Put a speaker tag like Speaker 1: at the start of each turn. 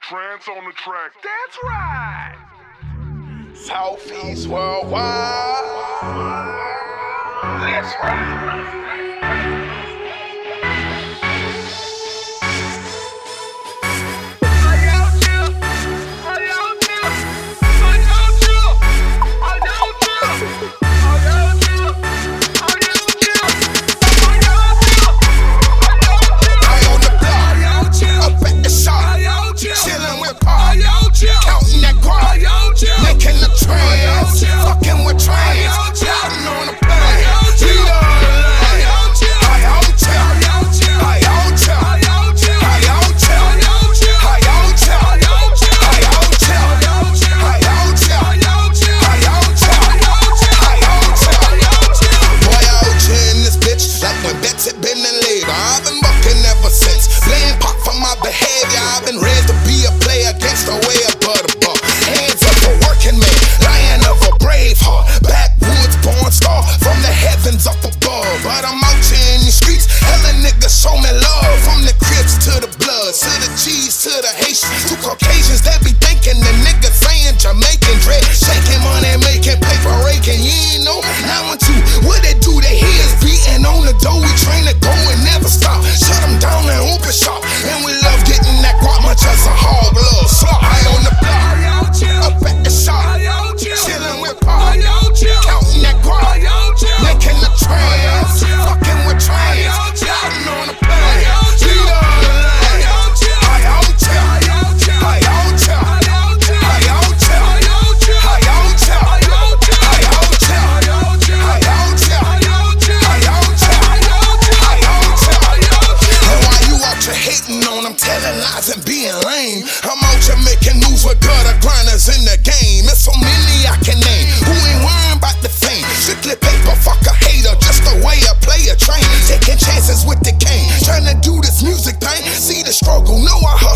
Speaker 1: Trance on the track. That's right.
Speaker 2: Southeast worldwide. Let's ride. I on the block, up at the shop, chillin' with Pop, countin' that guap, making the trends, fucking with trends, plotting on the plan, we on the land. I own town, I own town, I own town, I own town, I own town, I own town, I own town, I own town. Boy, I OG in this bitch, like when Betsy been in labor. I've been bucking ever since. Blame pop for my behavior. I've been raised to be a player against the way above the bar. Hands up for working man, lion of a brave heart. Backwoods born star from the heavens up above. But I'm out here in these streets, hella niggas show me love. From the Crips to the Bloods, to the G's to the Haitians, to Caucasians that be thinking the niggas saying Jamaican dread, shaking money, making paper raking. You ain't know, now want you. What they do, they hears beating on the door. We train to go and never stop. Shut 'em down and open shop. And we love getting that guap much as a hog love slop. I on the block, up at the shop, chilling with pop, counting that guap, making the trends, fucking with trends, plotting on the plan. We love the land. I own town, I own town, I own town, I own town, I own town. And while you out here hating on them, telling lies and being lame, I'm out here making moves with gutter grinders in the game. There's so many I can name who ain't worrying about the fame. Strictly paper, fuck a hater, just the way I play a train. Taking chances with the cane, trying to do this music thing. See the struggle, know I hustle. Oh,